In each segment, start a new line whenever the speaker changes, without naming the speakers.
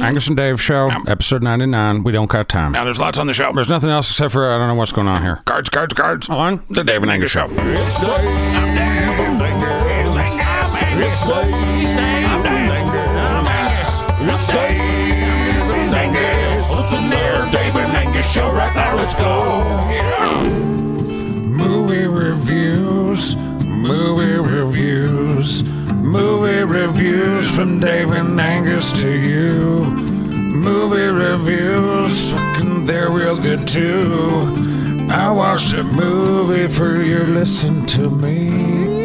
Angus and Dave show, episode 99. We don't got time.
Now there's lots on the show.
There's
There's
nothing else except for I don't know what's going on here.
cards, cards, cards.
On the Dave and Angus show.
It's Dave and Angus. It's Dave and Angus. It's Dave and Angus. Listen there, Dave and Angus show right now. Let's go.
Movie reviews, movie reviews, movie reviews from Dave and Angus to you. Movie reviews, fucking they're real good too. I watched a movie for you, listen to me.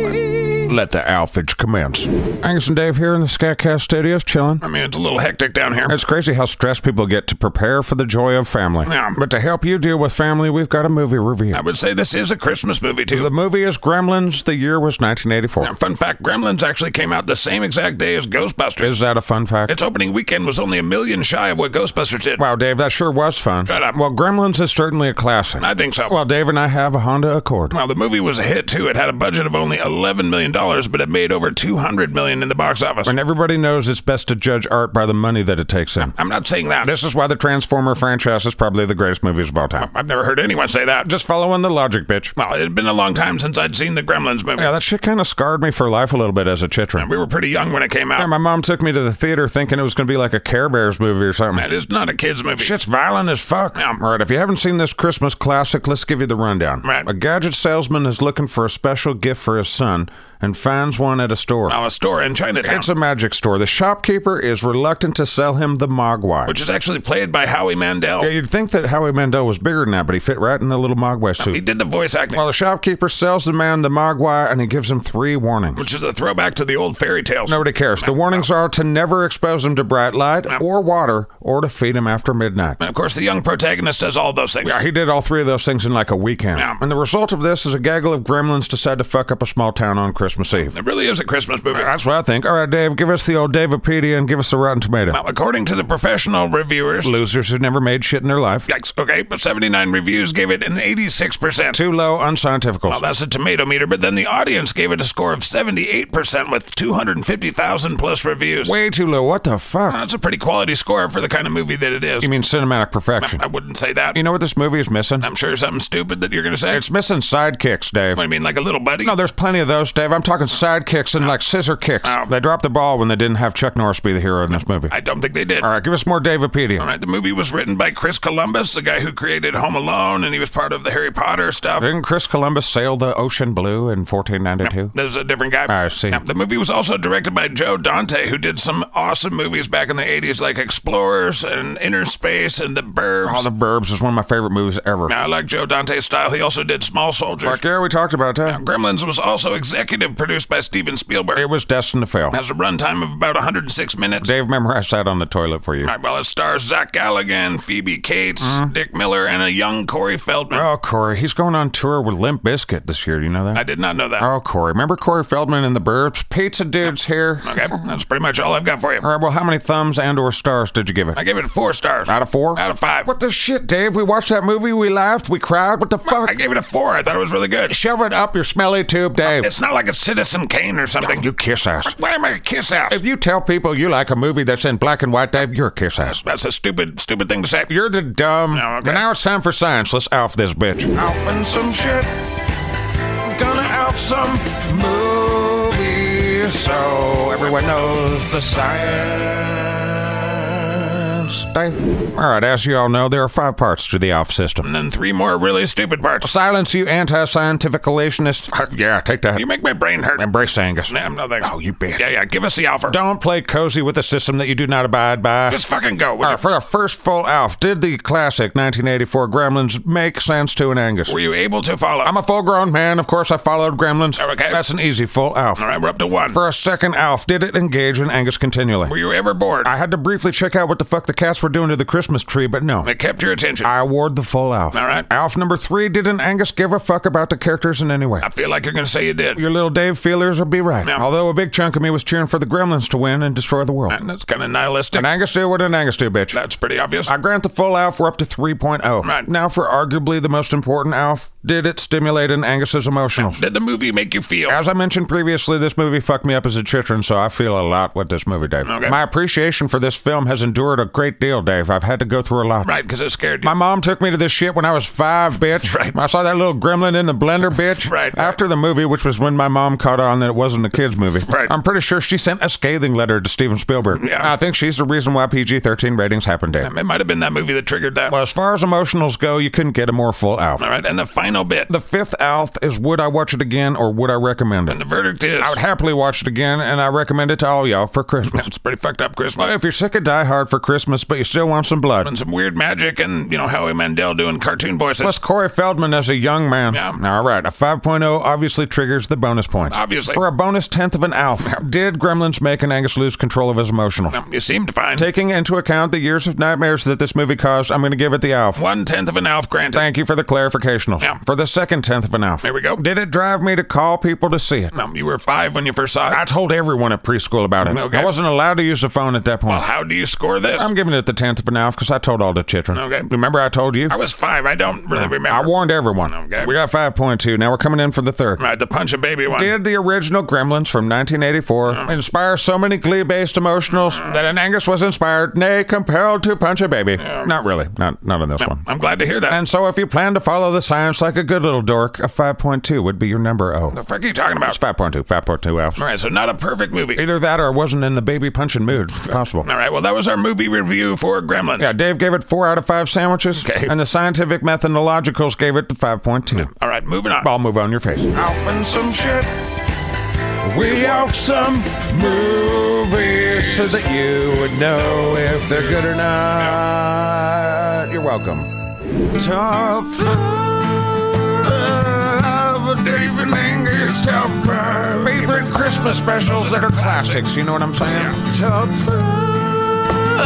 Let the outfits commence.
Angus and Dave here in the Scatcast Studios, chilling.
I mean, it's a little hectic down here.
It's crazy how stressed people get to prepare for the joy of family.
Yeah.
But to help you deal with family, we've got a movie review.
I would say this is a Christmas movie too.
The movie is Gremlins. The year was 1984.
Now, fun fact: Gremlins actually came out the same exact day as Ghostbusters.
Is that a fun fact?
Its opening weekend was only a million shy of what Ghostbusters did.
wow, Dave, that sure was fun.
Shut up.
Well, Gremlins is certainly a classic.
I think so.
well, Dave and I have a Honda Accord.
Well, the movie was a hit too. It had a budget of only eleven million dollars, but it made over two hundred million in the box office.
And everybody knows it's best to judge art by the money that it takes in.
I'm not saying that.
This is why the Transformer franchise is probably the greatest movies of all time.
I've never heard anyone say that. Just
Just following the logic, bitch.
well, it had been a long time since I'd seen the Gremlins movie.
Yeah, that shit kind of scarred me for life a little bit as a chitrin.
We were pretty young when it came out.
My mom took me to the theater thinking it was going to be like a Care Bears movie or something.
It is not a kids movie.
Shit's violent as fuck.
Yeah.
All right, if you haven't seen this Christmas classic, let's give you the rundown.
Right.
A gadget salesman is looking for a special gift for his son and finds one at a store.
Now, a store in Chinatown,
It's a magic store. The shopkeeper is reluctant to sell him the Mogwai.
which is actually played by Howie Mandel.
Yeah, you'd think that Howie Mandel was bigger than that, but he fit right in the little Mogwai
He
suit.
did the voice acting,
Well, the shopkeeper sells the man the Mogwai and he gives him three warnings.
which is a throwback to the old fairy tales.
Nobody cares. The warnings are to never expose him to bright light or water or to feed him after midnight.
And of course, the young protagonist does all those things.
Yeah, he did all three of those things in like a weekend.
Yeah.
And the result of this is a gaggle of gremlins decide to fuck up a small town on Christmas Eve.
It really is a Christmas movie.
That's what I think. All right, Dave, give us the old Davipedia and give us the Rotten Tomato.
Now, according to the professional reviewers,
Losers who never made shit in their life.
yikes, okay, but 79 reviews gave it an 86%.
Too low, unscientific.
Well, that's a tomato meter, but then the audience gave it a score of 78% with 250,000 plus reviews.
Way too low. What the fuck?
That's a pretty quality score for the kind of movie that it is.
You mean cinematic perfection?
I wouldn't say that.
You know what this movie is missing?
I'm sure something stupid that you're going to say.
It's missing sidekicks, Dave.
What do you mean, like a little buddy?
No, there's plenty of those, Dave. I'm talking sidekicks and like scissor kicks.
Ow.
They dropped the ball when they didn't have Chuck Norris be the hero in this movie.
I don't think they did.
All right, give us more Davipedia.
All right, the movie was written by Chris Columbus, the guy who created Home Alone, and he was part of the Harry Potter stuff.
Didn't Chris Columbus sail the ocean blue in 1492?
There's a different guy.
I see.
Now, the movie was also directed by Joe Dante, who did some awesome movies back in the 80s, like Explorers and Inner Space and The Burbs.
All the Burbs is one of my favorite movies ever.
now, I like Joe Dante's style. He also did Small Soldiers.
Fuck yeah, we talked about that.
Gremlins was also executive produced by Steven Spielberg.
It was destined to fail.
has a runtime of about 106 minutes.
Dave memorized that on the toilet for you.
All right, well, it stars Zach Galligan, Phoebe Cates,
Mm-hmm.
Dick Miller, and a young Corey Feldman.
Oh, Corey, he's going on tour with Limp Bizkit this year. Do you know that?
I did not know that.
Oh, Corey, remember Corey Feldman and the Burbs? Pizza dude's here.
Okay, that's pretty much all I've got for you.
All right, well, how many thumbs and/or stars did you give it?
I gave it four stars.
Out of four?
Out of five.
What the shit, Dave? We watched that movie, we laughed, we cried. What the
I
fuck?
gave it a four. I thought it was really good.
Shove it up your smelly tube, Dave.
It's not like a Citizen Kane or something.
You kiss ass.
Why am I a kiss ass?
If you tell people you like a movie that's in black and white, Dave, you're a kiss ass.
That's a stupid, stupid thing to say.
You're the dumb.
Oh, okay.
But now it's time for science. Let's off this bitch.
Alfing some shit. Gonna alf some movies so everyone knows the science.
Dave. All right, as you all know, there are five parts to the ALF system.
And then three more really stupid parts.
Silence, you anti-scientific relationist. Fuck yeah, take that.
You make my brain hurt.
Embrace Angus.
Nah, no thanks.
Oh, you bitch.
Yeah, yeah, give us the alpha.
Don't play cozy with a system that you do not abide by.
Just fucking go. would
All
you?
right, for our first full ALF, did the classic 1984 Gremlins make sense to an Angus?
Were you able to follow? Oh,
I'm a full-grown man. Of course, I followed Gremlins.
Okay.
That's an easy full ALF.
All right, we're up to one.
For a second ALF, did it engage an Angus continually?
Were you ever bored?
I had to briefly check out what the fuck the cats were doing to the Christmas tree, but no.
It kept your attention.
I award the full Alf.
All right.
Alf number three didn't Angus give a fuck about the characters in any way.
I feel like you're going to say you did.
Your little Dave feelers would be right.
Uh, Yeah.
Although a big chunk of me was cheering for the gremlins to win and destroy the world.
And That's kind of nihilistic.
An Angus do what an Angus do, bitch.
That's pretty obvious.
I grant the full ALF we're up to 3.0.
Right.
Now for arguably the most important ALF, did it stimulate an Angus's emotionals?
Did the movie make you feel?
As I mentioned previously, this movie fucked me up as a chitrin, so I feel a lot with this movie, Dave.
Okay.
My appreciation for this film has endured a great deal, Dave. I've had to go through a lot.
Right, because it scared you.
My mom took me to this shit when I was five, bitch.
Right.
I saw that little gremlin in the blender, bitch.
Right.
After the movie, which was when my mom caught on that it wasn't a kids' movie.
Right.
I'm pretty sure she sent a scathing letter to Steven Spielberg.
Yeah.
I think she's the reason why PG-13 ratings happened, Dave.
it might have been that movie that triggered that.
Well, as far as emotionals go, you couldn't get a more full ALF.
All right, and the final bit.
The fifth ALF is would I watch it again or would I recommend
and
it?
the verdict is.
I would happily watch it again, and I recommend it to all y'all for Christmas.
it's pretty fucked up, Chris.
If you're sick of Die Hard for Christmas, but you still want some blood,
And some weird magic and, you know, Howie Mandel doing cartoon voices.
plus Corey Feldman as a young man.
Yeah.
All right, a 5.0 obviously triggers the bonus points.
Obviously.
For a bonus tenth of an ALF, did Gremlins make an Angus lose control of his emotionals?
Um, you seemed fine.
Taking into account the years of nightmares that this movie caused, I'm going to give it the ALF.
One tenth of an Alf granted.
Thank you for the clarificational.
Yeah.
For the second tenth of an ALF.
There we go.
Did it drive me to call people to see it?
Um, you were five when you first saw it.
I told everyone at preschool about it.
Okay. Oh.
I wasn't allowed to use the phone at that point.
Well, how do you score this?
I'm giving it the tenth of an hour because I told all the children.
Okay.
Remember I told you?
I was five. I don't really remember.
I warned everyone.
Okay.
We got 5.2. Now we're coming in for the third.
Right, the punch a baby one.
Did the original Gremlins from 1984 inspire so many glee based emotionals that an Angus was inspired, nay, compelled to punch a baby? Not really. Not, not in this one.
I'm glad to hear that.
And so if you plan to follow the science like a good little dork, a 5.2 would be your number O.
the frick are you talking about?
It's 5.2, 5.2 Alf.
All right, so not a perfect movie.
Either that or I wasn't in the baby punching mood. Possible.
All right, well, that was our movie review for Gremlins.
Yeah, Dave gave it four out of five sandwiches.
Okay.
And the scientific methodologicals gave it the 5.2.
All right, moving on.
I'll move on your face.
Alfing some shit.
We off some movies so that you would know if they're good or not. You're welcome. Top five David Angus top five favorite Christmas specials that are classics. You know what I'm saying? Top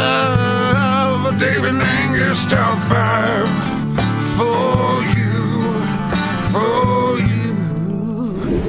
five David Angus top five for you, for you.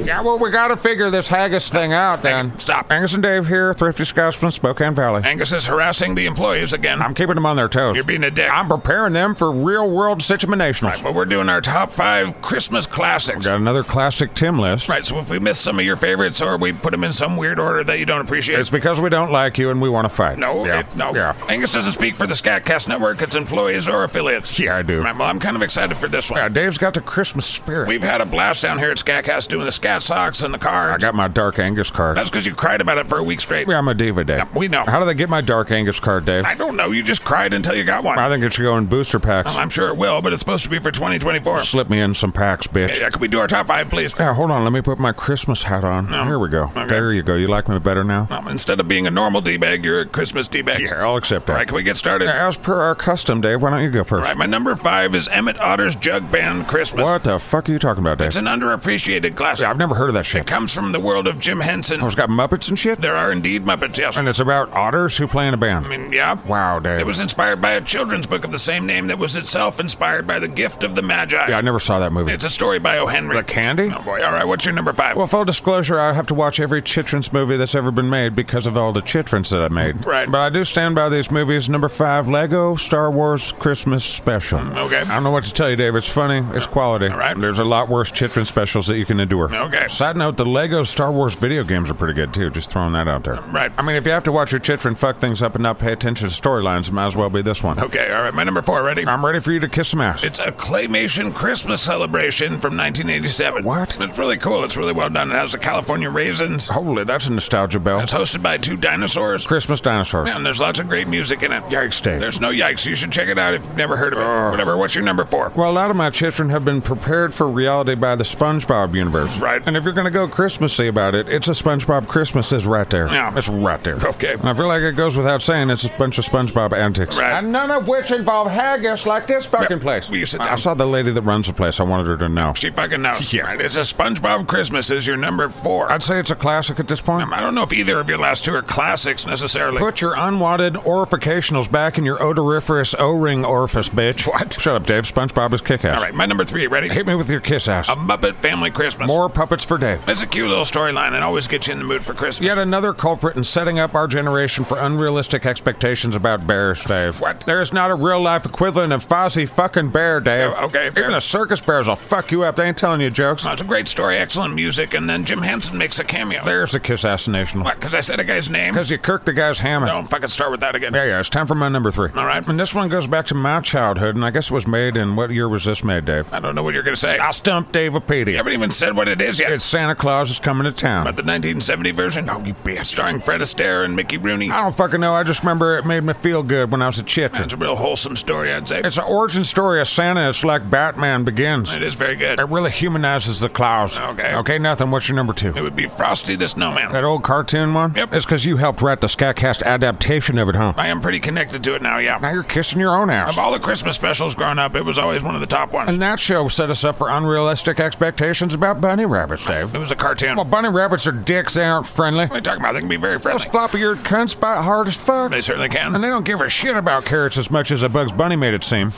Yeah, well, we gotta figure this haggis thing out then.
Stop.
Angus and Dave here, Thrifty Scotsman, Spokane Valley.
Angus is harassing the employees again.
I'm keeping them on their toes.
You're being a dick.
I'm preparing them for real world situations.
Well, we're doing our top five Christmas classics.
Got another classic Tim list.
Right, so if we miss some of your favorites or we put them in some weird order that you don't appreciate,
It's because we don't like you and we want to fight.
no,
Yeah.
it- no.
Yeah.
Angus doesn't speak for the Scatcast Network, its employees or affiliates.
Yeah, I do.
Right, well, I'm kind of excited for this one.
Yeah, Dave's got the Christmas spirit.
We've had a blast down here at Scatcast doing the Scat Socks and the cards.
I got my Dark Angus card.
That's because you cried about it for a week straight.
Yeah, I'm a diva, Dave.
we know.
How do they get my Dark Angus card, Dave?
I don't know. You just cried until you got one.
I think it should go in booster packs.
I'm sure it will, but it's supposed to be for 2024.
Slip me in some packs, bitch.
Yeah, can we do our top five, please?
Yeah, hold on. Let me put my Christmas hat on. Here we go. There you go. You like me better now?
Um, instead of being a normal D bag, you're a Christmas D bag.
Yeah, I'll accept that.
All right, can we get started? All
As per our custom, Dave, why don't you go first?
right, my number five is Emmett Otter's Jug Band Christmas.
What the fuck are you talking about, Dave?
It's an underappreciated classic.
I've never heard of that shit.
It comes from the world of Jim Henson.
It's got Muppets and shit?
There are indeed Muppets, yes.
And it's about otters who play in a
I
band.
mean, yeah.
Wow, Dave.
It was inspired by a children's book of the same name that was itself inspired by the gift of the Magi.
yeah, I never saw that movie.
It's a story by O. Henry.
The candy?
Oh, boy. All right, what's your number five?
Well, full disclosure, I have to watch every Chitrance movie that's ever been made because of all the Chitrance that I made.
Right.
But I do stand by these movies. Number five, Lego Star Wars Christmas Special.
okay.
I don't know what to tell you, Dave. It's funny. It's quality.
All right.
There's a lot worse Chitrance specials that you can endure.
Okay.
Side note, the Lego Star Wars video games are pretty good, too. Just throwing that out there.
Right.
I mean, if you have to watch your Chitrin fuck things up and not pay attention to storylines, it might as well be this one.
okay, all right, my number four. Ready?
I'm ready for you to kiss some ass.
It's a claymation Christmas celebration from 1987.
What?
It's really cool. It's really well done. It has the California raisins.
Holy, that's a nostalgia bell.
It's hosted by two dinosaurs.
Christmas dinosaurs.
Man, there's lots of great music in it.
Yikes, Dave.
There's no yikes. You should check it out if you've never heard of it. Whatever. What's your number four?
Well, a lot of my children have been prepared for reality by the SpongeBob universe.
Right.
And if you're gonna go Christmassy about it, it's a SpongeBob Christmas is right there.
Yeah.
it's right there.
Okay.
And I feel like it goes without saying it's a bunch of SpongeBob antics,
Right.
and none of which involve haggis like this fucking
Yeah.
place.
Will you sit
I
down?
saw the lady that runs the place. I wanted her to know.
She fucking knows. Yeah. Right? It's a SpongeBob Christmas is your number four.
I'd say it's a classic at this point.
I don't know if either of your last two are classics necessarily.
Put your unwanted orificationals back in your odoriferous O-ring orifice, bitch. What? Shut up, Dave. SpongeBob is kick-ass.
All right, Um, my number three, ready?
Hit me with your kiss ass.
A Muppet Family Christmas.
More puppets for Dave.
It's a cute little storyline and always gets you in the mood for Christmas.
Yet another culprit in setting up our generation for unrealistic expectations about bears, Dave.
What?
There is not a real life equivalent of Fozzie fucking Bear, Dave.
Yeah, okay, fair.
Even the circus bears will fuck you up. They ain't telling you jokes.
Oh, it's a great story, excellent music, and then Jim Henson makes a cameo.
There's the kiss assassination.
What? Because I said a guy's name?
Because you kirked the guy's hammer.
Don't fucking start with that again.
Yeah, yeah, it's time for my number three.
All right.
And this one goes back to my childhood, and I guess it was made in what year was this made, Dave?
I don't know what you're going to say.
I stumped Davepedia.
You haven't even said what it is yet.
It's Santa Claus is coming to town.
But the 1970 version? Oh, you bitch. Starring Fred Astaire and Mickey Rooney.
I don't fucking know. I just remember it made me feel good when I was a chitrin.
It's a real wholesome story, I'd say.
It's an origin story of Santa. It's like Batman Begins.
It is very good.
It really humanizes the Claus.
Okay.
Okay, nothing. What's your number two?
It would be Frosty the Snowman.
That old cartoon one?
Yep.
It's because you helped write the Skycast adaptation of it, huh?
I am pretty connected to it now, yeah.
Now you're kissing your own ass.
Of all the Christmas specials growing up, it was always one of the top ones.
And that show set us up for unrealistic expectations about bunny rabbits, Dave.
It was a cartoon.
Well,
What
bunny rabbits are dicks. They aren't friendly.
are you talking about? They can be very
Those
friendly.
floppy-eared cunts bite hard as fuck.
They certainly
And
can.
they don't give a shit about carrots as much as a Bugs Bunny made it seem.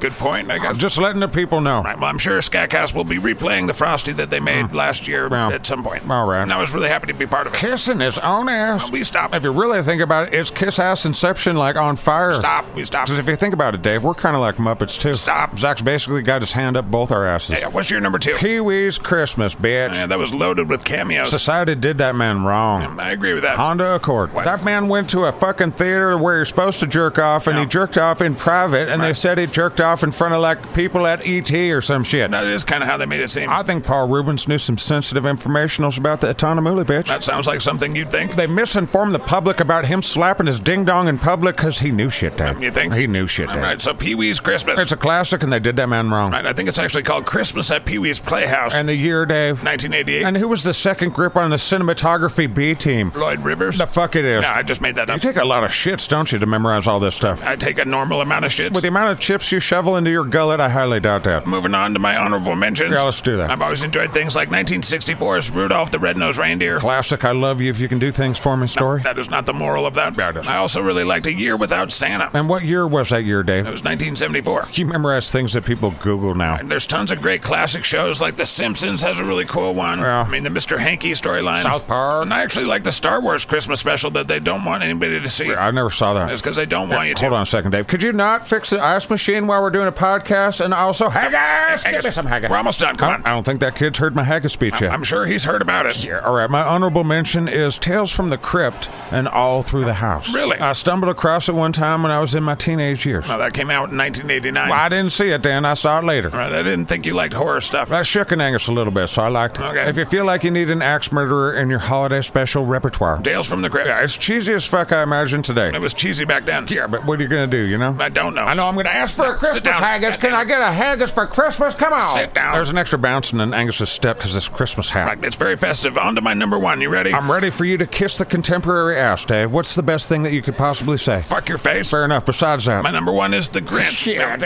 Good point, I guess.
I'm just letting the people know.
Right, well, I'm sure Skycast will be replaying the Frosty that they made last year
Mm. Well,
at some point.
all right.
And I was really happy to be part of it.
Kissing his own ass.
We stop.
If you really think about it, it's kiss ass inception like on fire.
Stop. We stop.
Because if you think about it, Dave, we're kind of like Muppets, too.
Stop.
Zach's basically got his hand up both our asses.
Yeah, what's your number two?
Pee Wee's Christmas, bitch.
Yeah, that was loaded with cameos.
Society did that man wrong.
I agree with that.
Honda Accord.
What?
That man went to a fucking theater where you're supposed to jerk off, and he jerked off in private, and they said he jerked off in front of like people at ET or some shit.
That is kind of how they made it seem.
I think Paul Rubens knew some sensitive informationals about the Atonamuli, bitch.
That sounds like something you'd think.
they misinformed the public about him slapping his ding dong in public because he knew shit, Dave.
You think?
He knew shit,
All
Dave.
right, so Pee Wee's Christmas.
It's a classic, and they did that man wrong.
Right, I think it's actually called Christmas at Pee Wee's Playhouse,
And the year, Dave.
1988.
And who was the second grip on the cinematography B team?
Lloyd Rivers.
The fuck it is.
no, I just made that
You
up.
take a lot of shits, don't you, to memorize all this stuff?
I take a normal amount of shits.
With the amount of chips you shovel into your gullet, I highly doubt that.
Moving on to my honorable mentions.
Yeah, let's do that.
I've always enjoyed things like 1964's Rudolph the Red-Nosed Reindeer.
Classic, I love you if you can do things for me story.
That is not the moral of that.
Yeah, it is.
I also really liked A Year Without Santa. It
And what year was that year, Dave?
was 1974.
You memorize things that people Google now.
And there's tons of great classic shows, like The Simpsons has a really cool one.
Yeah.
I mean, the Mr. Hanky storyline.
South Park.
And I actually like the Star Wars Christmas special that they don't want anybody to see.
I never saw that.
It's because they don't want you to.
Hold on a second, Dave. Could you not fix the ice machine while we're doing a podcast? And also, haggis!
Haggis. Uh-uh.
Give me some haggis.
We're almost done. Come
I
on.
don't, I don't think that kid's heard my haggis speech yet.
I'm sure he's heard about it.
Yeah, All right, my honorable mention is Tales from the Crypt and All Through the House.
Really?
I stumbled across it one time when I was in my teenage years.
Now, that came out in 1989.
I didn't see it then, I saw it later.
Right, I didn't think you liked horror stuff.
That shook an Angus a little bit, so I liked it.
Okay.
If you feel like you need an axe murderer in your holiday special repertoire,
Tales from the Crypt.
it's cheesy as fuck, I imagine, today.
It was cheesy back then. Yeah,
But what are you going to do, you know?
I don't know.
I know I'm going to ask for a Christmas
down.
haggis. Can I get a haggis for Christmas? Come on.
Sit down.
There's an extra bounce in an Angus's step because it's Christmas hat.
Right, it's very festive. On to my number one. You ready?
I'm ready for you to kiss the contemporary ass, Dave. What's the best thing that you could possibly say?
Fuck your face.
Fair enough. Besides that,
My number one is the Grinch. Now,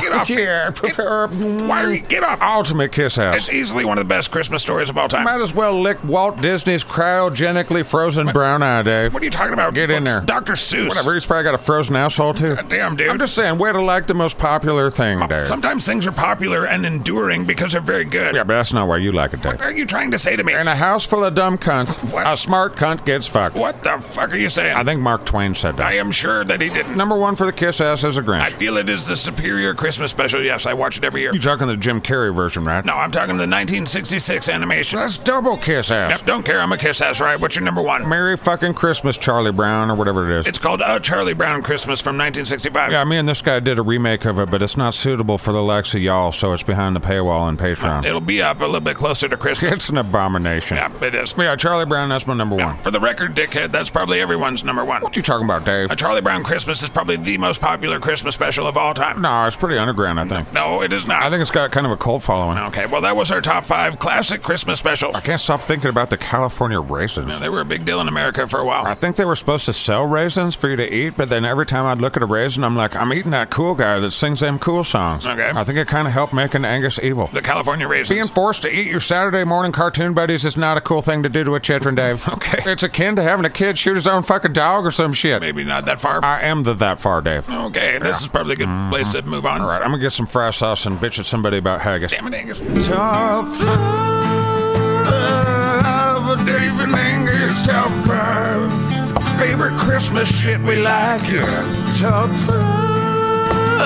get, get off me. Why are you get off?
Mm-hmm. Ultimate kiss ass.
It's easily one of the best Christmas stories of all time.
Might as well lick Walt Disney's cryogenically frozen brown eye, Dave.
What are you talking about?
Get in there.
Dr. Seuss.
Whatever. He's probably got a frozen asshole too.
Damn, dude.
I'm just saying, way to like the most popular thing, Dave.
Sometimes things are popular and enduring because they're very good.
Yeah, but that's not why you like it, Dave.
What are you trying to say to me?
In a house full of dumb cunts,
What?
a smart cunt gets fucked.
What the fuck are you saying?
I think Mark Twain said
I
that.
am sure that he didn't.
Number one for the kiss ass is a
I
Grinch.
feel it is the superior Christmas special. Yes, I watch it every year.
You're talking the Jim Carrey version, right?
No, I'm talking the 1966 animation.
That's double kiss ass.
Yep, don't care. I'm a kiss ass, right? What's your number one?
Merry fucking Christmas, Charlie Brown, or whatever it is.
It's called A Charlie Brown Christmas from 1965.
Yeah, me and this guy did a remake of it, but it's not suitable for the likes of y'all, so it's behind the paywall on Patreon.
It'll be up a little bit closer to Christmas.
It's an abomination.
yeah, it is.
Yeah, Charlie Brown, that's my number one.
For the record, dickhead, that's probably everyone's number one.
What you talking about, Dave?
A Charlie Brown Christmas is probably the most popular Christmas special of all time.
No, it's pretty underground, I think.
No, it is
I
not.
think it's got kind of a cult following.
Okay, well, that was our top five classic classic Christmas special.
I can't stop thinking about the California raisins.
Now, they were a big deal in America for a while.
I think they were supposed to sell raisins for you to eat, but then every time I'd look at a raisin, I'm like, I'm eating that cool guy that sings them cool songs.
Okay.
I think it kind of helped making Angus evil.
The California
Being
raisins.
forced to eat your Saturday morning cartoon buddies is not a cool thing to do to a children, Dave.
Okay.
It's akin to having a kid shoot his own fucking dog or some shit.
Maybe not that far.
I am the that far, Dave. All
Okay, this is probably a good place to move on.
right, I'm gonna get some fry sauce and bitch at somebody about haggis.
Damn it, Angus.
Top
five, David Angus, top five. Favorite Christmas shit we like, yeah. Top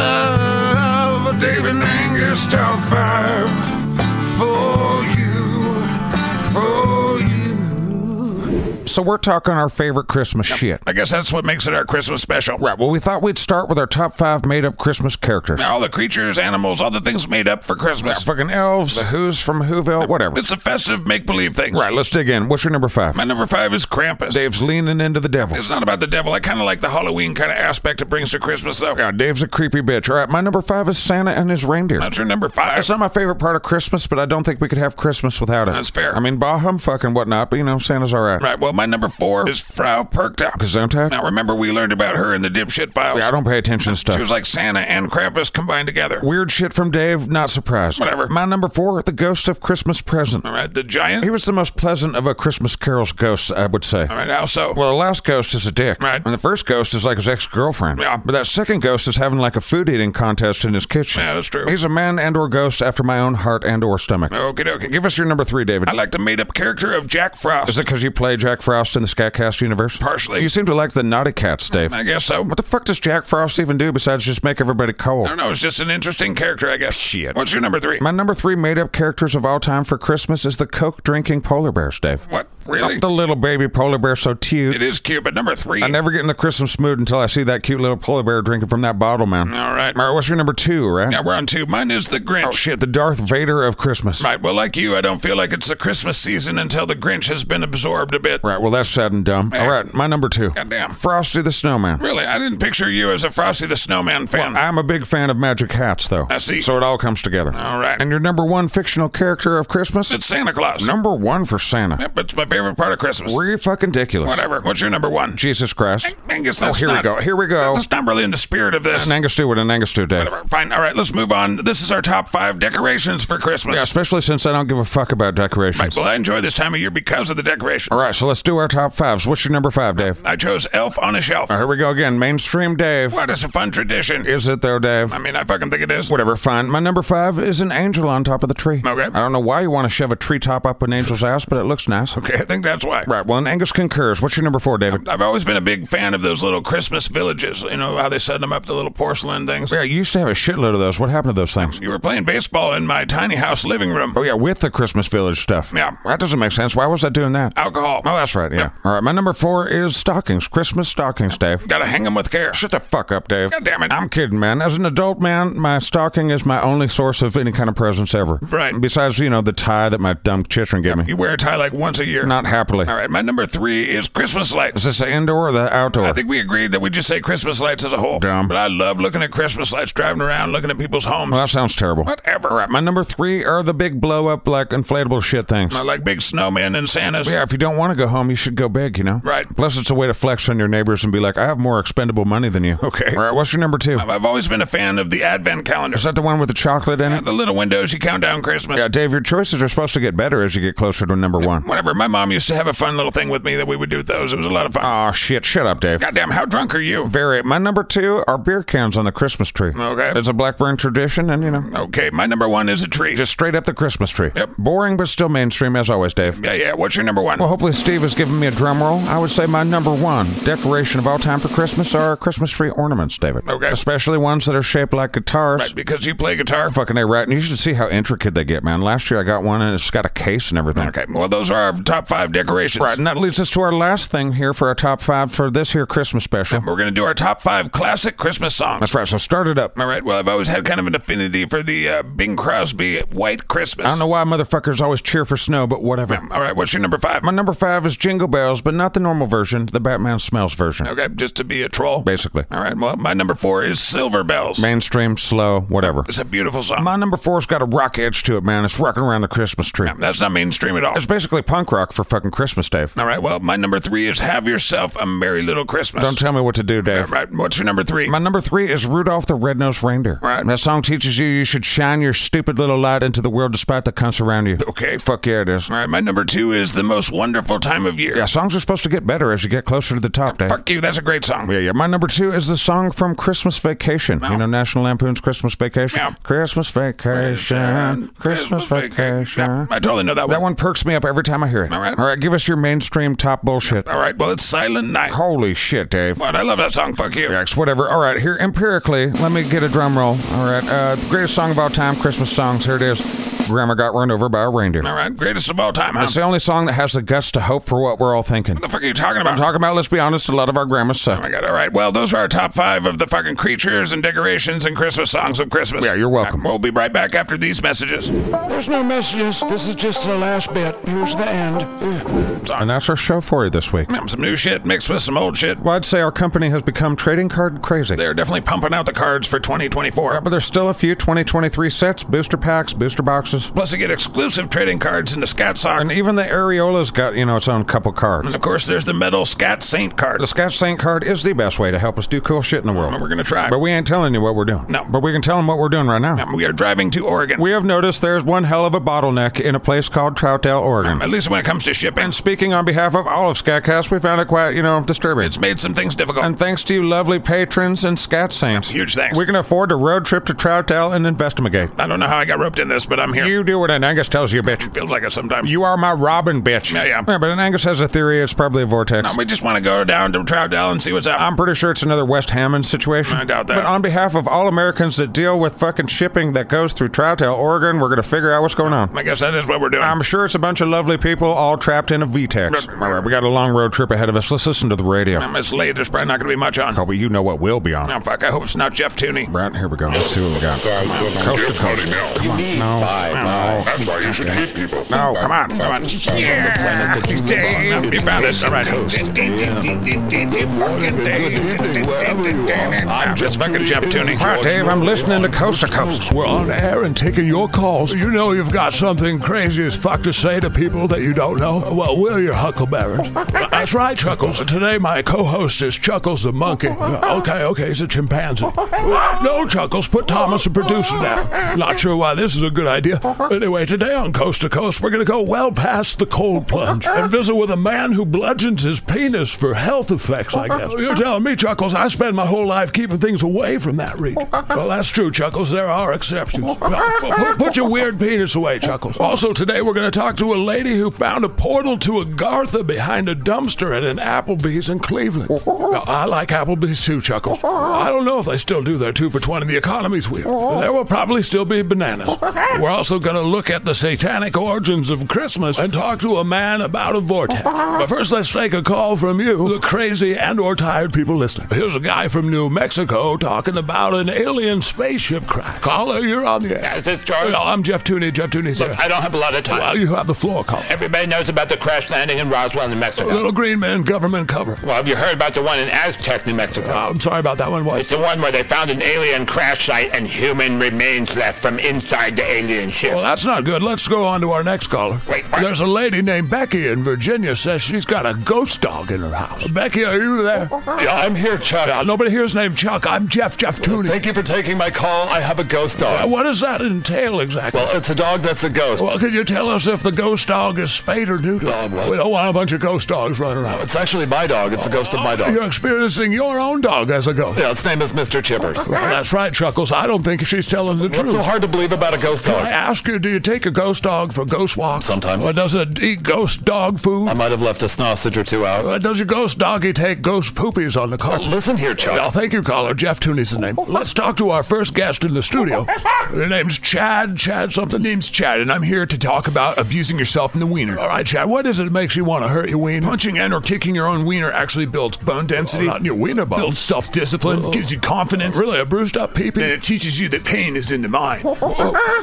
five, David Angus, top five.
for you, for you. So we're talking our favorite Christmas shit.
I guess that's what makes it our Christmas special.
Right, well, we thought we'd start with our top five made up Christmas characters.
All the creatures, animals, all the things made up for Christmas.
Fucking elves, the who's from Whoville, whatever.
It's a festive make believe thing.
Right, let's dig in. What's your number five?
My number five is Krampus.
Dave's leaning into the devil.
It's not about the devil. I kind of like the Halloween kind of aspect it brings to Christmas, though.
Yeah, Dave's a creepy bitch. All right, my number five is Santa and his reindeer.
That's your number five.
It's not my favorite part of Christmas, but I don't think we could have Christmas without it.
That's fair.
I mean, bah humfuck and whatnot, but you know, Santa's all right.
Right. Well, my number four is Frau Perkta.
Gesundheit?
Now, remember, we learned about her in the dipshit files.
I don't pay attention to
She
stuff.
was like Santa and Krampus combined together.
Weird shit from Dave, not surprised.
Whatever.
My number four, the ghost of Christmas present.
All right. The giant.
He was the most pleasant of a Christmas Carol's ghosts, I would say.
All right. How so?
Well, the last ghost is a dick.
Right.
And the first ghost is like his ex girlfriend.
Yeah.
But that second ghost is having like a food eating contest in his kitchen.
yeah, that's true.
He's a man and or ghost after my own heart and or stomach.
Okie dokie.
Give us your number three, David.
I like the made up character of Jack Frost.
Is it because you play Jack Frost in the Scatcast universe?
Partially.
You seem to like the naughty cats, Dave.
I guess so.
What the fuck does Jack Frost even do besides just make everybody cold?
I don't know. It's just an interesting character, I guess.
Shit.
What's your number three?
My number three made up characters of all time for Christmas is the Coke drinking polar bears, Dave.
what? Really?
The little baby polar bear, so cute.
It is cute, but number three.
I never get in the Christmas mood until I see that cute little polar bear drinking from that bottle, man.
All right.
All right, what's your number two, right?
Now we're on two. Mine is the Grinch.
Oh, shit, the Darth Vader of Christmas.
Right. Well, like you, I don't feel like it's the Christmas season until the Grinch has been absorbed a bit.
Right, well, that's sad and dumb. All right, my number two
Goddamn.
Frosty the Snowman.
Really, I didn't picture you as a Frosty the Snowman fan.
I'm a big fan of magic hats, though.
I see.
So it all comes together.
All right.
And your number one fictional character of Christmas?
it's Santa Claus.
number one for Santa.
Yep, it's my favorite part of Christmas.
Were you fucking ridiculous?
Whatever. What's your number one?
Jesus Christ.
Angus,
Oh,
that's
here we
not-
go. Here we go.
That's not really in the spirit of this.
An Angus Stewart and Angus Stewart, Dave.
Whatever. Fine. All right, let's move on. This is our top five decorations for Christmas.
Yeah, especially since I don't give a fuck about
Right,
decorations.
well, I enjoy this time of year because of the decorations.
All right, so let's do our top fives. What's your number five, Dave?
I chose Elf on a Shelf.
All right, here we go again. Mainstream Dave.
What is a fun tradition.
Is it though, Dave?
I mean, I fucking think it is.
Whatever, fine. My number five is an angel on top of the tree.
Okay.
I don't know why you want to shove a treetop up an angel's ass, but it looks nice.
Okay, I think that's why.
Right, well, and Angus concurs. What's your number four, David?
I've always been a big fan of those little Christmas villages. You know how they set them up, the little porcelain things.
Yeah, you used to have a shitload of those. What happened to those things?
You were playing baseball in my tiny house living room.
Oh, yeah, with the Christmas Village stuff.
Yeah.
That doesn't make sense. Why was I doing that?
Alcohol.
Oh, that's right, yeah. All right, my number four is stockings. Christmas stockings, Dave.
Gotta hang them with care.
Shut the fuck up, Dave.
God damn it.
I'm kidding, man. As an adult man, my stocking is my only source of any kind of presents ever.
Right.
Besides, you know, the tie that my dumb children gave me.
You wear a tie like once a year.
Not happily.
All right, my number three is Christmas lights.
Is this the indoor or the outdoor?
I think we agreed that we just say Christmas lights as a whole.
Dumb.
But I love looking at Christmas lights, driving around, looking at people's homes.
well, that sounds terrible.
Whatever. Right,
My number three are the big blow up, like inflatable shit things.
I like big snowmen and Santas.
Yeah, if you don't want to go home, you should go big, you know?
Right.
Plus, it's a way to flex on your neighbors and be like, I have more expendable money than you.
Okay.
All right, what's your number two?
I've always been a fan of the advent calendar.
Is that the one with the chocolate in it?
The little windows you count down Christmas.
Yeah, Dave, your choices are supposed to get better as you get closer to number one.
Whatever. My mom used to have a fun little thing with me that we would do with those. It was a lot of fun.
Aw, Oh, shit. Shut up, Dave.
Goddamn, how drunk are you?
Very. My number two are beer cans on the Christmas tree.
Okay.
It's a Blackburn tradition, and, you know,
Okay, my number one is a tree.
just straight up the Christmas tree.
Yep.
Boring, but still mainstream, as always, Dave.
yeah, yeah. What's your number one?
Well, hopefully Steve has given me a drum roll. I would say my number one decoration of all time for Christmas are Christmas tree ornaments, David.
Okay.
Especially ones that are shaped like guitars.
Right, because you play guitar.
Fucking A, right? And you should see how intricate they get, man. Last year I got one and it's got a case and everything.
Okay, well, those are our top five decorations.
Right, and that leads us to our last thing here for our top five for this here Christmas special.
We're gonna do our top five classic Christmas songs.
That's right, so start it up.
All right. Well, I've always had kind of an affinity for the uh, Bing Crosby White Christmas.
I don't know why motherfuckers always cheer for snow, but whatever.
All right. What's your number five?
My number five is Jingle Bells, but not the normal version, the Batman Smells version,
Okay, just to be a troll.
basically.
All right. Well, my number four is Silver Bells.
Mainstream, slow, whatever.
It's a beautiful song.
My number four's got a rock edge to it, man. It's rocking around the Christmas tree.
That's not mainstream at all.
It's basically punk rock for fucking Christmas, Dave.
All right. Well, my number three is Have Yourself a Merry Little Christmas.
Don't tell me what to do,
All
Dave.
right. What's your number three?
My number three is Rudolph the Red-Nosed Reindeer.
Right.
That song teaches you you should shine your stupid little light into the world despite the cunts around you.
okay.
Fuck yeah, it is.
All right. My number two is The Most Wonderful Time of Year.
Yeah, songs are supposed to get better as you get closer to the top, Dave.
Fuck you. That's a great song.
Yeah, yeah. My number two is the song from Christmas Vacation.
Wow.
You know, National Lampoon's Christmas Vacation.
Yeah.
Christmas Vacation. Christmas
Yeah,
Vacation.
I totally know that one.
That one perks me up every time I hear it.
All right.
All right, give us your mainstream top bullshit.
All right. Well, it's Silent Night.
Holy shit, Dave.
But I love that song. Fuck you.
Yikes, whatever. All right, here, empirically, let me get a drum roll. All right, uh, greatest song of all time, Christmas songs. Here it is. Grandma got run over by a reindeer.
All right. Greatest of all time, huh?
It's the only song that has the guts to hope for what we're all thinking.
What the fuck are you talking about?
I'm talking about, let's be honest, a lot of our grandmas
Oh
suck.
my god! All right. Well, those are our top five of the fucking creatures and decorations and Christmas songs of Christmas.
Yeah, you're welcome.
We'll be right back after these messages.
There's no messages. This is just the last bit. Here's the end.
And that's our show for you this week.
Man, Some new shit mixed with some old shit.
Well, I'd say our company has become trading card crazy.
They're definitely pumping out the cards for 2024.
But there's still a few 2023 sets, booster packs, booster boxes,
Plus, you get exclusive trading cards in the Scat
and
Sock.
even the Areola's got, you know, its own couple cards.
And of course, there's the metal Scat Saint card.
The Scat Saint card is the best way to help us do cool shit in the world.
And We're gonna try.
But we ain't telling you what we're doing.
No.
But we can tell them what we're doing right now.
Um, We are driving to Oregon.
We have noticed there's one hell of a bottleneck in a place called Troutdale, Oregon.
At least when it comes to shipping,
And speaking on behalf of all of Scatcast, we found it quite, you know, disturbing.
it's made some things difficult.
And thanks to you lovely patrons and Scat Saints,
Huge thanks.
we can afford a road trip to Troutdale and investigate.
I don't know how I got roped in this, but I'm here.
You do what an Angus tells you, bitch.
Feels like it sometimes.
You are my Robin, bitch.
Yeah, yeah.
but an Angus has a theory. It's probably a vortex.
No, we just want to go down to Troutdale and see what's up.
I'm pretty sure it's another West Hammond situation.
I doubt that.
But on behalf of all Americans that deal with fucking shipping that goes through Troutdale, Oregon, we're going to figure out what's going on.
I guess that is what we're doing.
I'm sure it's a bunch of lovely people all trapped in a VTEX. All right, we got a long road trip ahead of us. Let's listen to the radio.
Um, it's late. There's probably not going to be much on.
Oh, but you know what will be on.
Oh, fuck. I hope it's not Jeff Tooney.
Right, here we go. Let's see what we got. Coast to coast. Come on. No.
That's why you should hate people.
No, come on.
Come on. Yeah. Dave. You found it. All right. Fucking Dave. I'm just fucking Jeff Tooney.
All right, Dave, I'm listening to Coast to Coast.
We're on air and taking your calls. You know you've got something crazy as fuck to say to people that you don't know. Well, we're your huckleberries. That's right, Chuckles. Today my co-host is Chuckles the monkey. Okay, okay, he's a chimpanzee. Uh, No, Chuckles, put Thomas the producer down. Not sure why this is a good idea. Anyway, today on Coast to Coast, we're going to go well past the cold plunge and visit with a man who bludgeons his penis for health effects, I guess. You're telling me, Chuckles, I spend my whole life keeping things away from that region. Well, that's true, Chuckles. There are exceptions. Well, Put, put your weird penis away, Chuckles. Also, today we're going to talk to a lady who found a portal to a Gartha behind a dumpster at an Applebee's in Cleveland. Now, I like Applebee's too, Chuckles. I don't know if they still do their two for 20. The economy's weird. There will probably still be bananas. We're also going to look at the satanic origins of Christmas and talk to a man about a vortex. But first, let's take a call from you, the crazy and or tired people listening. Here's a guy from New Mexico talking about an alien spaceship crash. Caller, you're on the air.
Is this George?
No, I'm Jeff Tooney. Jeff Tooney's here.
I don't have a lot of time.
Well, you have the floor, caller.
Everybody knows about the crash landing in Roswell, New Mexico.
Little green man, government cover. Uh,
Well, have you heard about the one in Aztec, New Mexico?
I'm sorry about that one. What?
It's the one where they found an alien crash site and human remains left from inside the alien ship.
Well, that's not good. Let's go on to our next caller.
Wait, what?
There's a lady named Becky in Virginia says she's got a ghost dog in her house. Becky, are you there?
Yeah, I'm here, Chuck.
Yeah, nobody here's named Chuck. I'm Jeff Jeff Tooney.
Thank you for taking my call. I have a ghost
Uh,
dog.
what does that entail exactly?
Well, it's a dog that's a ghost.
Well, can you tell us if the ghost dog is spayed or neutered?
Uh, well-
we don't want a bunch of ghost dogs running around.
It's actually my dog. It's the ghost of my dog.
You're experiencing your own dog as a ghost.
Yeah, its name is Mr. Chippers.
Well, that's right, Chuckles. I don't think she's telling the
What's
truth.
so hard to believe about a ghost
I
dog?
ask you, do you take a ghost dog for ghost walks?
Sometimes.
Or does it eat ghost dog food?
I might have left a sausage or two out.
Uh, does your ghost doggy take ghost poopies on the call?
Listen here, Chuck.
Oh, thank you, caller. Jeff Tooney's the name. Let's talk to our first guest in the studio. Her name's Chad. Chad something. Name's Chad, and I'm here to talk about abusing yourself in the wiener. All right, Chad. What is it that makes you want to hurt your wiener? Punching and or kicking your own wiener actually builds bone density. not in your wiener bone. Builds self-discipline. Gives you confidence. Really, a bruised up peepee. And it teaches you that pain is in the mind.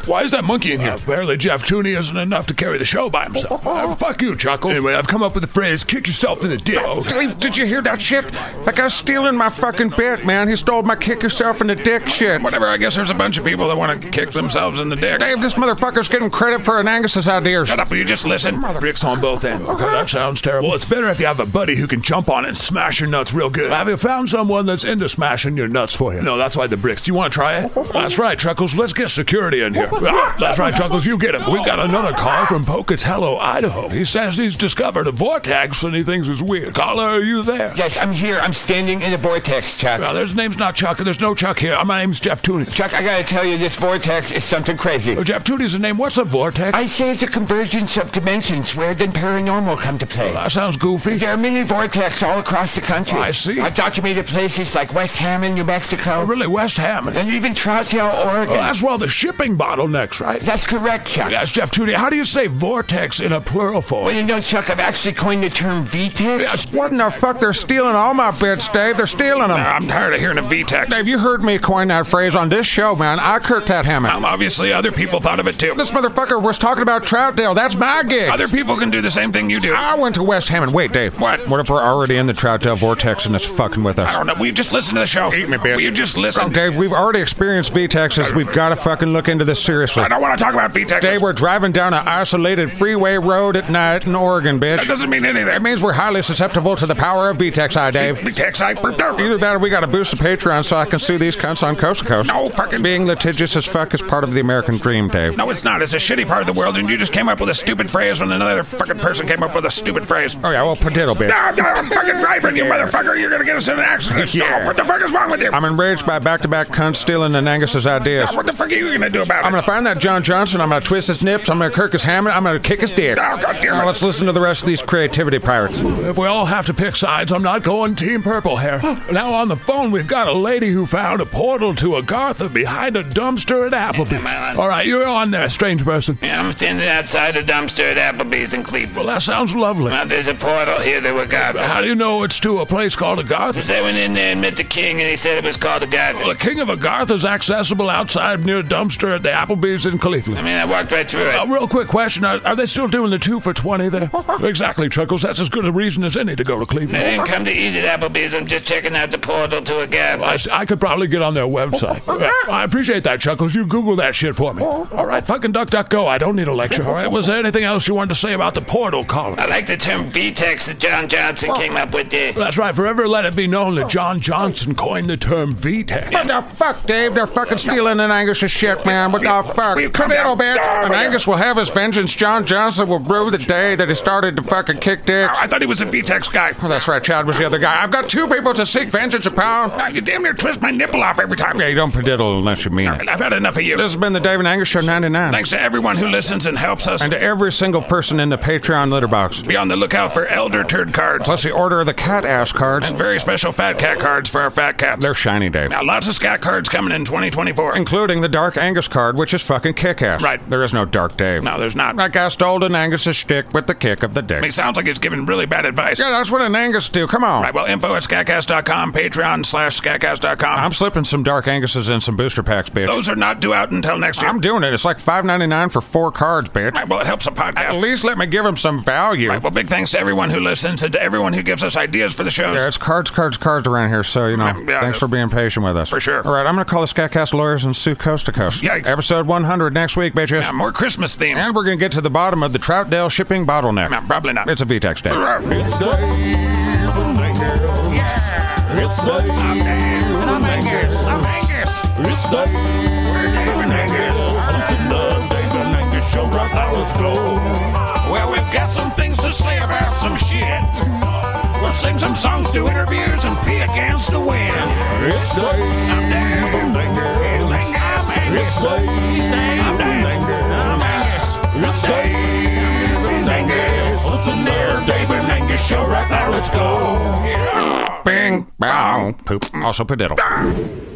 Why is that monkey in here? Apparently, Jeff Tooney isn't enough to carry the show by himself. Uh, fuck you, Oh, Chuckle. Anyway, I've come up with the phrase "kick yourself in the dick."
Dave, did you hear that shit? That guy's stealing my fucking bit, man. He stole my kick yourself in the dick shit.
Whatever, I guess there's a bunch of people that want to kick themselves in the dick.
Dave, this motherfucker's getting credit for an Angus's ideas.
Shut up, will you just listen?
Bricks on both ends. Okay, that sounds terrible. Well, it's better if you have a buddy who can jump on it and smash your nuts real good. Have you found someone that's into smashing your nuts for you? No, that's why the bricks. Do you want to try it? That's right, Truckles. Let's get security in here. Ah, That's right, Truckles. You get him. We've got another call from Pocatello, Idaho. He says he's discovered a vortex and he thinks it's weird. Caller, are you there?
Yes, I'm here. I'm standing in a vortex, Chuck.
Well, his name's not Chuck. There's no Chuck here. My name's Jeff Tooney.
Chuck, I gotta tell you, this vortex is something crazy.
Oh, Jeff Tooney's the name. What's a vortex?
I say it's a convergence of dimensions where then paranormal come to play.
that sounds goofy.
There are many vortex all across the country.
I see.
I've documented places like West Hammond, New Mexico,
Really, West Ham.
and even Troutdale, Oregon.
Well, that's where the shipping bottlenecks, right?
That's correct, Chuck.
That's Jeff Tooney. How do you say vortex in a plural form?
Well, you know, Chuck, I've actually coined the term VTEX.
What in the fuck? They're stealing all my bits, Dave. They're stealing them.
I'm tired of hearing a VTEX.
Dave, you heard me coin that phrase on this show, man. I kirked that hammock.
Um, obviously, other people thought of it too.
This motherfucker was talking about Troutdale. That's my gig.
Other people can do the same thing you do. I
I went to West Hammond. Wait, Dave.
What?
What if we're already in the Troutdale vortex and it's fucking with us?
don't know. Will you just listen to the show? Eat me, bitch. Will you just listen?
Dave, we've already experienced VTEXs. We've got to fucking look into this seriously.
I don't want to talk about VTEX.
Dave, we're driving down an isolated freeway road at night in Oregon,
That
bitch.
doesn't mean
That
anything.
means we're highly susceptible to the power of VTEX, I, Dave.
VTEX, I...
Either that or we gotta boost the Patreon so I can sue these cunts on Coast to Coast.
No fucking-
Being litigious as fuck is part of the American dream, Dave.
No, it's not. It's a shitty part of the world, and you just came up with a stupid phrase when another fucking person came up with a stupid phrase.
Oh, yeah, well, potato, bitch.
No, no, Ah, I'm fucking driving, you motherfucker. You're gonna get us in an accident.
Yeah.
No, what the fuck is wrong with you?
I'm enraged by back to back cunts stealing and Angus's ideas.
No, what the fuck are you gonna do about
I'm
it?
gonna find that John Johnson. I'm gonna twist his nips. I'm gonna kirk his hammer. I'm gonna kick his dick.
Oh, God damn it.
Now let's listen to the rest of these creativity pirates.
If we all have to pick sides, I'm not going Team Purple here. now on the phone, we've got a lady who found a portal to Agartha behind a dumpster at Applebee's. All right, you're on there, strange person.
Yeah, I'm standing outside a dumpster at Applebee's in Cleveland.
That sounds lovely.
Now, there's a portal here that we got.
How do you know it's to a place called Agartha?
They went in there and met the king, and he said it was called the Gaza.
The King of Agartha is accessible outside near a dumpster at the Applebee's in
I
Cleveland.
mean, I walked right through
Oh.
A
it.
real quick question: are, are they still doing the two for twenty there? exactly, Chuckles. That's as good a reason as any to go to
I
Cleveland.
didn't come to eat at Applebee's. I'm just checking out the portal to a Gaza.
I, s- I could probably get on their website. Yeah, I appreciate that, Chuckles. You Google that shit for me.
Oh.
All right, fucking duck, duck, go. I don't need a lecture. All right, was there anything else you wanted to say about the portal column?
I like the term VTEX that John Johnson came up with there.
That's right. Forever let it be known that John Johnson coined the term VTEC.
What the fuck, Dave? They're fucking stealing an Angus's shit, man. What the fuck?
will you
Come
come
here,
down?
little bitch.
Oh,
And
yeah.
Angus will have his vengeance. John Johnson will brew the day that he started to fucking kick dicks.
I thought he was a VTEX guy.
Oh, that's right. Chad was the other guy. I've got two people to seek vengeance upon.
Now, Ah, you damn near twist my nipple off every time.
Yeah, you don't pediddle unless you mean it.
I've had enough of you.
This has been the Dave and Angus Show 99.
Thanks to everyone who listens and helps us.
And uh, to every single person in the Patreon litter box.
Be on the lookout for elder turd cards.
Plus the order of the cat ass cards.
And very special fat cat cards for our fat cats.
They're shiny, Dave.
now, lots of scat cards coming in 2024.
including the Dark Angus card, which is fucking kick ass.
Right.
There is no Dark Dave.
No, there's not.
That guy stole an Angus's shtick with the kick of the dick.
He sounds like he's giving really bad advice.
Yeah, that's what an Angus do. Come on.
Right, well, info at scatcast.com, patreon slash scatcast.com.
I'm slipping some Dark Anguses in some booster packs, bitch.
Those are not due out until next year.
I'm doing it. It's like five ninety nine for four cards, bitch.
Right, well, it helps the
At
podcast.
least let me give them some value.
Right, well, big thanks to everyone who listens and to everyone who gives us ideas for the shows.
Yeah, it's cards, cards, cards around here, so, you know,
yeah,
thanks for being patient with us.
For sure.
All right, I'm going to call the Scatcast lawyers and sue coast to coast.
Yikes.
Episode 100 next week, bitches.
Now, more Christmas themes.
And we're going to get to the bottom of the Troutdale shipping bottleneck.
No, probably not.
It's a VTEX day.
It's Dave and Angus. It's Dave and Angus. It's Dave and Angus. It's another Dave and Angus show right now. Let's go. Well, we've got some things to say about some shit. We'll sing some songs, do interviews, and pee against the wind. It's Dave and Angus. It's Dave and Angus.
What's in there, David Angus Show? Right now, let's go.
Bing, bow, poop, also pediddle.